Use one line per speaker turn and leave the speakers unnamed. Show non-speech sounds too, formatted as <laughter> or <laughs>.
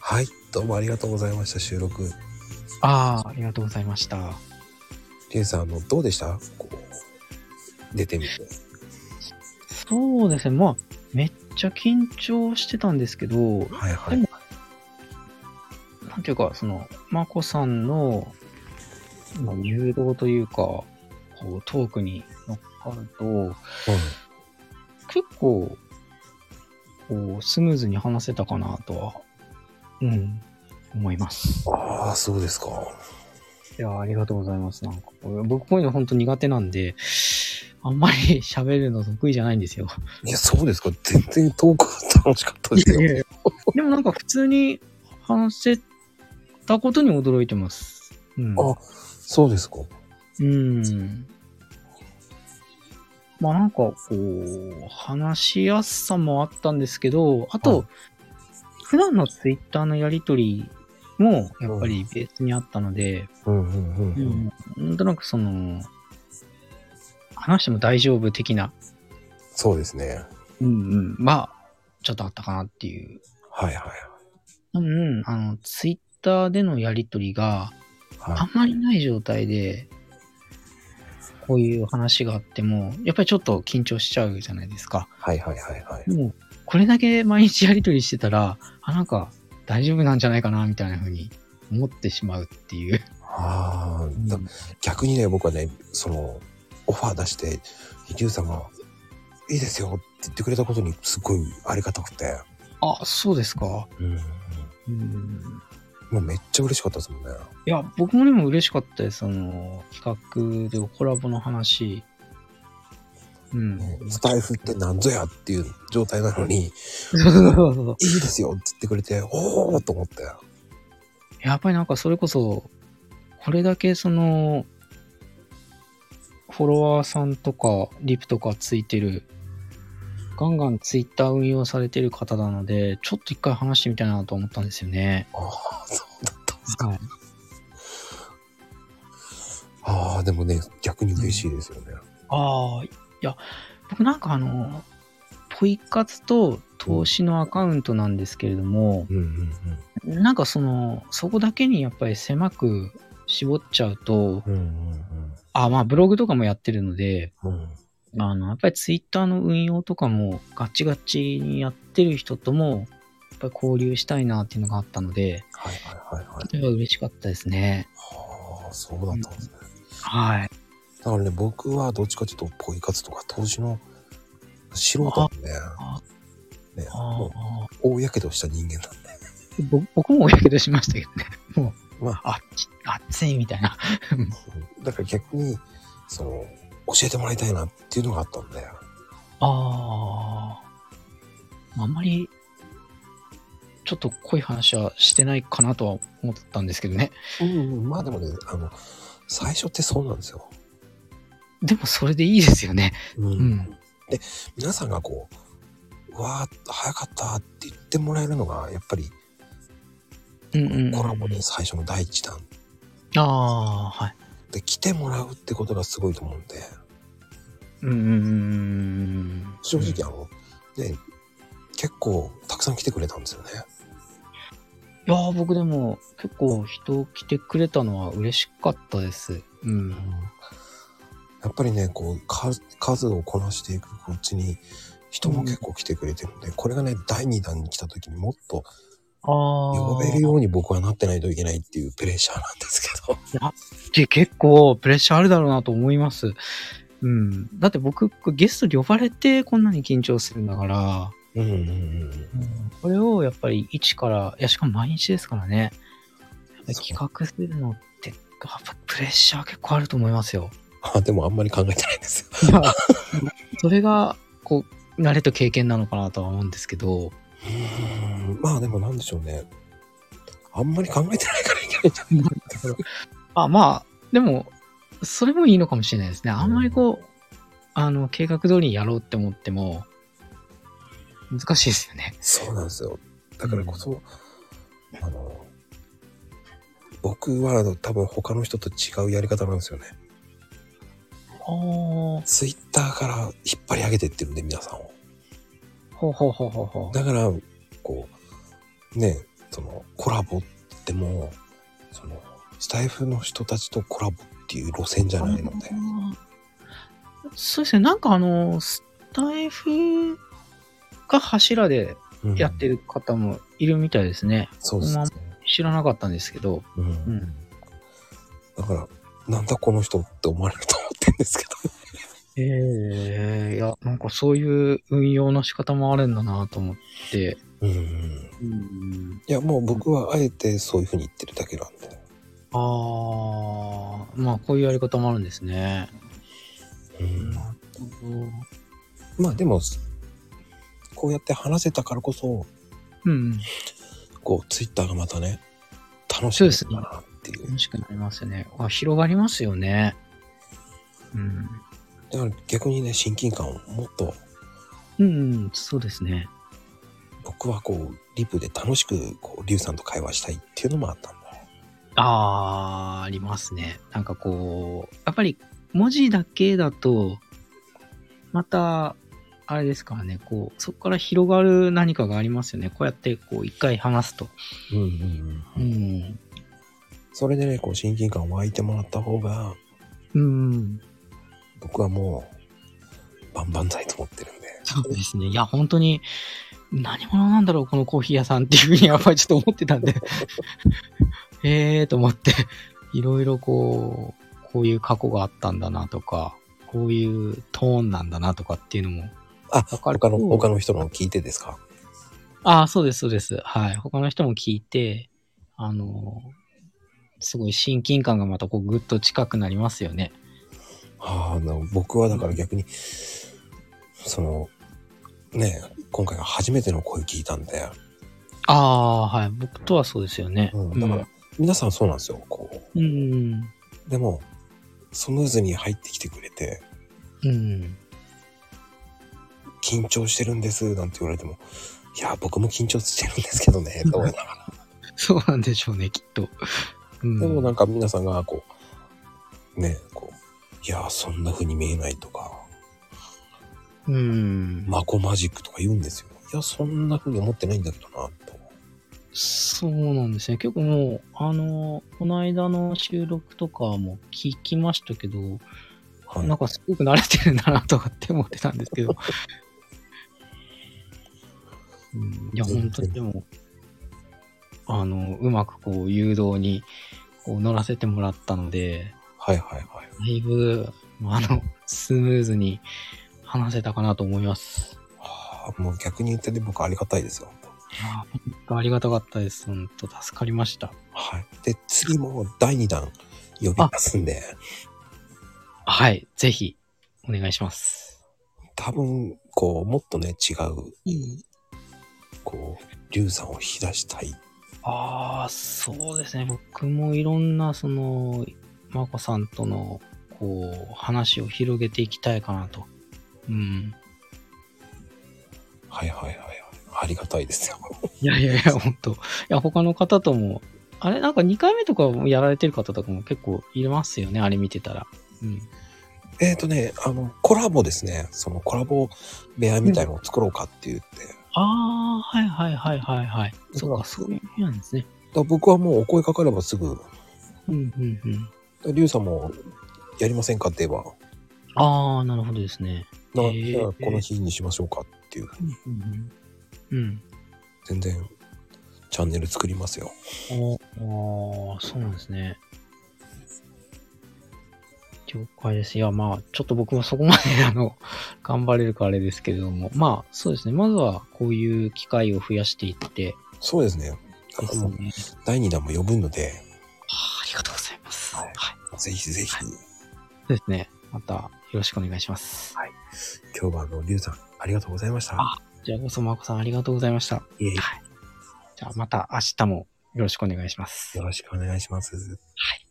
はい、どうもありがとうございました、収録。
ああ、ありがとうございました。
りゅうさん、あの、どうでしたこう、出てみて。
そうですね、まあ、めっちゃ緊張してたんですけど、
はいは
で
い
も。なんていうか、その、まこさんの、まあ、誘導というか、こう、トークに乗っかると、結構、こう、スムーズに話せたかなとは、うん、思います。
うん、ああ、そうですか。
いや、ありがとうございます。なんか、僕こういうの本当苦手なんで、あんまり喋るの得意じゃないんですよ。
いや、そうですか。全然遠く楽しかったですよ。
でもなんか普通に話せたことに驚いてます。うん。
あそうですか。
うん。まあなんかこう、話しやすさもあったんですけど、あ
は
と、普段のツイッターのやりとりもやっぱりベースにあったので、
うんうんうん。うん、
なんとなくその、話しても大丈夫的な、
そうですね。
うんうん、まあ、ちょっとあったかなっていう。
はいはい
多分、あの、ツイッターでのやりとりが、
はい。は
あ
い、
んまりない状態で、こういう話があっても、やっぱりちょっと緊張しちゃうじゃないですか。
はいはいはいはい。
もう、これだけ毎日やりとりしてたら、あ、なんか大丈夫なんじゃないかな、みたいな風に思ってしまうっていう。
ああ、だ逆にね、僕はね、その、オファー出して、りゅうさんが、いいですよって言ってくれたことに、すごいありがたくて。
あ、そうですか。
うん。
うん。
もうめっちゃ嬉しかったですもんね。
いや、僕もでも嬉しかったです。その、企画でコラボの話。うん。
スタイフってなんぞやっていう状態なのに、いい
そうそうそうそう。
ですよって言ってくれて、おおと思って。
やっぱりなんかそれこそ、これだけその、フォロワーさんとか、リプとかついてる、ガンガンツイッター運用されてる方なので、ちょっと一回話してみたいなと思ったんですよね。
ああ、そうだったんですか。
はい。
ああ、でもね、逆に嬉しいですよね。
ああ、いや、僕なんかあの、ポイ活と投資のアカウントなんですけれども、
うんうん
なんかその、そこだけにやっぱり狭く絞っちゃうと、
うん。うんうん
あ、まあブログとかもやってるので、
うん。うん
あの、やっぱりツイッターの運用とかもガチガチにやってる人とも、やっぱり交流したいなっていうのがあったので、
はいはいはいはい。
それは嬉しかったですね。
ああ、そうだったんですね。
はい。
だからね、僕はどっちかというと、ポイ活とか投資の素人なんで、
あ
ね、
あ
もう大やけどした人間なんで。 <laughs>
ぼ僕もおやけどしましたけどね。 <laughs> もう、
ま
あ、熱熱いみたいな。
うんだから逆に、その、教えてもらいたいなっていうのがあったんだよ。
ああ。あんまり、ちょっと濃い話はしてないかなとは思ったんですけどね。
うんうん、まあでもね、あの、最初ってそうなんですよ。
でもそれでいいですよね。
うん
うん
で、皆さんがこう、うわー、早かったって言ってもらえるのが、やっぱり
うんうん、うん。
コラボで最初の第一弾。
ああ、はい。
で、来てもらうってことがすごいと思うんで、
うんうんうんうん。
正直あの、ね、結構たくさん来てくれたんですよね。
いやー僕でも結構人来てくれたのは嬉しかったです。うん。
やっぱりね、こう、か数をこなしていくこっちに、人も結構来てくれてるんで、これがね、第2弾に来た時にもっと
あ
呼べるように僕はなってないといけないっていうプレッシャーなんですけど。
で結構プレッシャーあるだろうなと思います。うん。だって僕ゲストに呼ばれてこんなに緊張するんだから、
うんうんうん。
これをやっぱり一から、いやしかも毎日ですからね。やっぱり企画するのって、やっぱプレッシャー結構あると思いますよ。
あ、でもあんまり考えてないんですよ。
いやそれが、こう、慣れと経験なのかなとは思うんですけど、
うんまあでもなんでしょうね。あんまり考えてないからいけないんじゃない
あ、まあ、でも、それもいいのかもしれないですね。あんまりこう、あの、計画通りにやろうって思っても、難しいですよね。
そうなんですよ。だからこそ、あの、僕はあの多分他の人と違うやり方なんですよね。
ほう
ツイッターから引っ張り上げてってるんで、皆さんを。
ほうほうほうほうほう。
だから、こう、ね、そのコラボってもうそのスタイフの人たちとコラボっていう路線じゃないので
あーそうですね、なんかあの、スタイフが柱で
うん
やってる方もいるみたいですね。
そうですね、
知らなかったんですけど。
うん
ん
だからなんだこの人って思われると思ってるんですけど
ええいや、なんかそういう運用の仕方もあるんだなと思って。
うんいやもう僕はあえてそういうふうに言ってるだけなんで
ああ、まあこういうやり方もあるんですね。
うん
なるほど。
まあでもこうやって話せたからこそ
うん、
こうツイッターがまたね楽し
そう
い
ですね
かなっていう
楽しくなりますね。あ広がりますよね。うん。
だから逆にね親近感をもっと
うん、うん、そうですね。
僕はこうリプで楽しくこうリュウさんと会話したいっていうのもあったんだよ
ああ、ありますね。なんかこう、やっぱり文字だけだと、また、あれですからね、こう、そこから広がる何かがありますよね。こうやって、こう、一回話すと。
うんうん
う
うん
ん。
それでねこう親近感湧いてもらった方が
うん。
僕はもう万々歳と思ってるんで
そうですね。いや、本当に、何者なんだろう、このコーヒー屋さんっていうふうに、やっぱりちょっと思ってたんで、 <laughs> ええーと思って、いろいろこう、こういう過去があったんだなとか、こういうトーンなんだなとかっていうのも、
あ
わかる
他の他の人の聞いてですか
ああ、そうです、そうです。はい。他の人も聞いて、あの、すごい親近感がまたこうぐっと近くなりますよね。
ああな僕はだから逆にそのね今回が初めての声聞いたんで、
ああ、はい。僕とはそうですよね。
うん、だから皆さんそうなんですよこう
うん。うん。
でもスムーズに入ってきてくれて
うん。
緊張してるんですなんて言われても、いや、僕も緊張してるんですけど
<laughs>
ね、と思いながら。
そうなんでしょうね、きっと。うん、
でもなんか皆さんがこう、ね、こう、いや、そんな風に見えないとか、
うん。
マコマジックとか言うんですよ。いや、そんな風に思ってないんだけどな、と。
そうなんですね。結構もう、あの、この間の収録とかも聞きましたけど、
はい
なんかすごく慣れてるんだなとかって思ってたんですけど。うんいや、本当にでも、あの、うまくこう誘導にこう乗らせてもらったので、
はいはいはい。
だいぶ、あの、スムーズに話せたかなと思います。
はあ、もう逆に言ってね、僕ありがたいですよ。
いや本当ありがたかったです。本当助かりました。
はい。で、次も第2弾呼びますんで、
はい、ぜひ、お願いします。
多分、こう、もっとね、違う、こう、龍さんを引き出したい。
ああ、そうですね。僕もいろんな、その、まこさんとの、こう、話を広げていきたいかなと。うん。
はいはいはいはい。ありがたいですよ。
いやいやい <laughs> や、本当いや、他の方とも、あれ、なんか2回目とかもやられてる方とかも結構いますよね、あれ見てたら。うん。
えっ、とね、あの、コラボですね。そのコラボ部屋みたいのを作ろうかって言って。だか
ああ、はいはいはいはいはい。そうか、そういう意味なんですね。
ら僕はもうお声かかればすぐ、
うんうんうん。
リュウさんもやりませんかって言えば、
ああ、なるほどですね。
な
へー
じゃあこの日にしましょうかっていう。
うんうん。うん。
全然、チャンネル作りますよ。
おおそうなんですね。了解です。いや、まあ、ちょっと僕もそこまで、あの、 <laughs> 頑張れるかあれですけれども、まあ、そうですね。まずは、こういう機会を増やしていって、
そうですね。あ
です
の
ね。
第2弾も呼ぶので、
あありがとうございます。
は
はいい。
ぜひぜひ、
そうですね。また、よろしくお願いします。はい。
今日はあの、リュウさん、ありがとうございました。
あじゃあ、こそまこさん、ありがとうございました。
いえいえ
じゃあ、また明日もよろしくお願いします。
よろしくお願いします。
はい。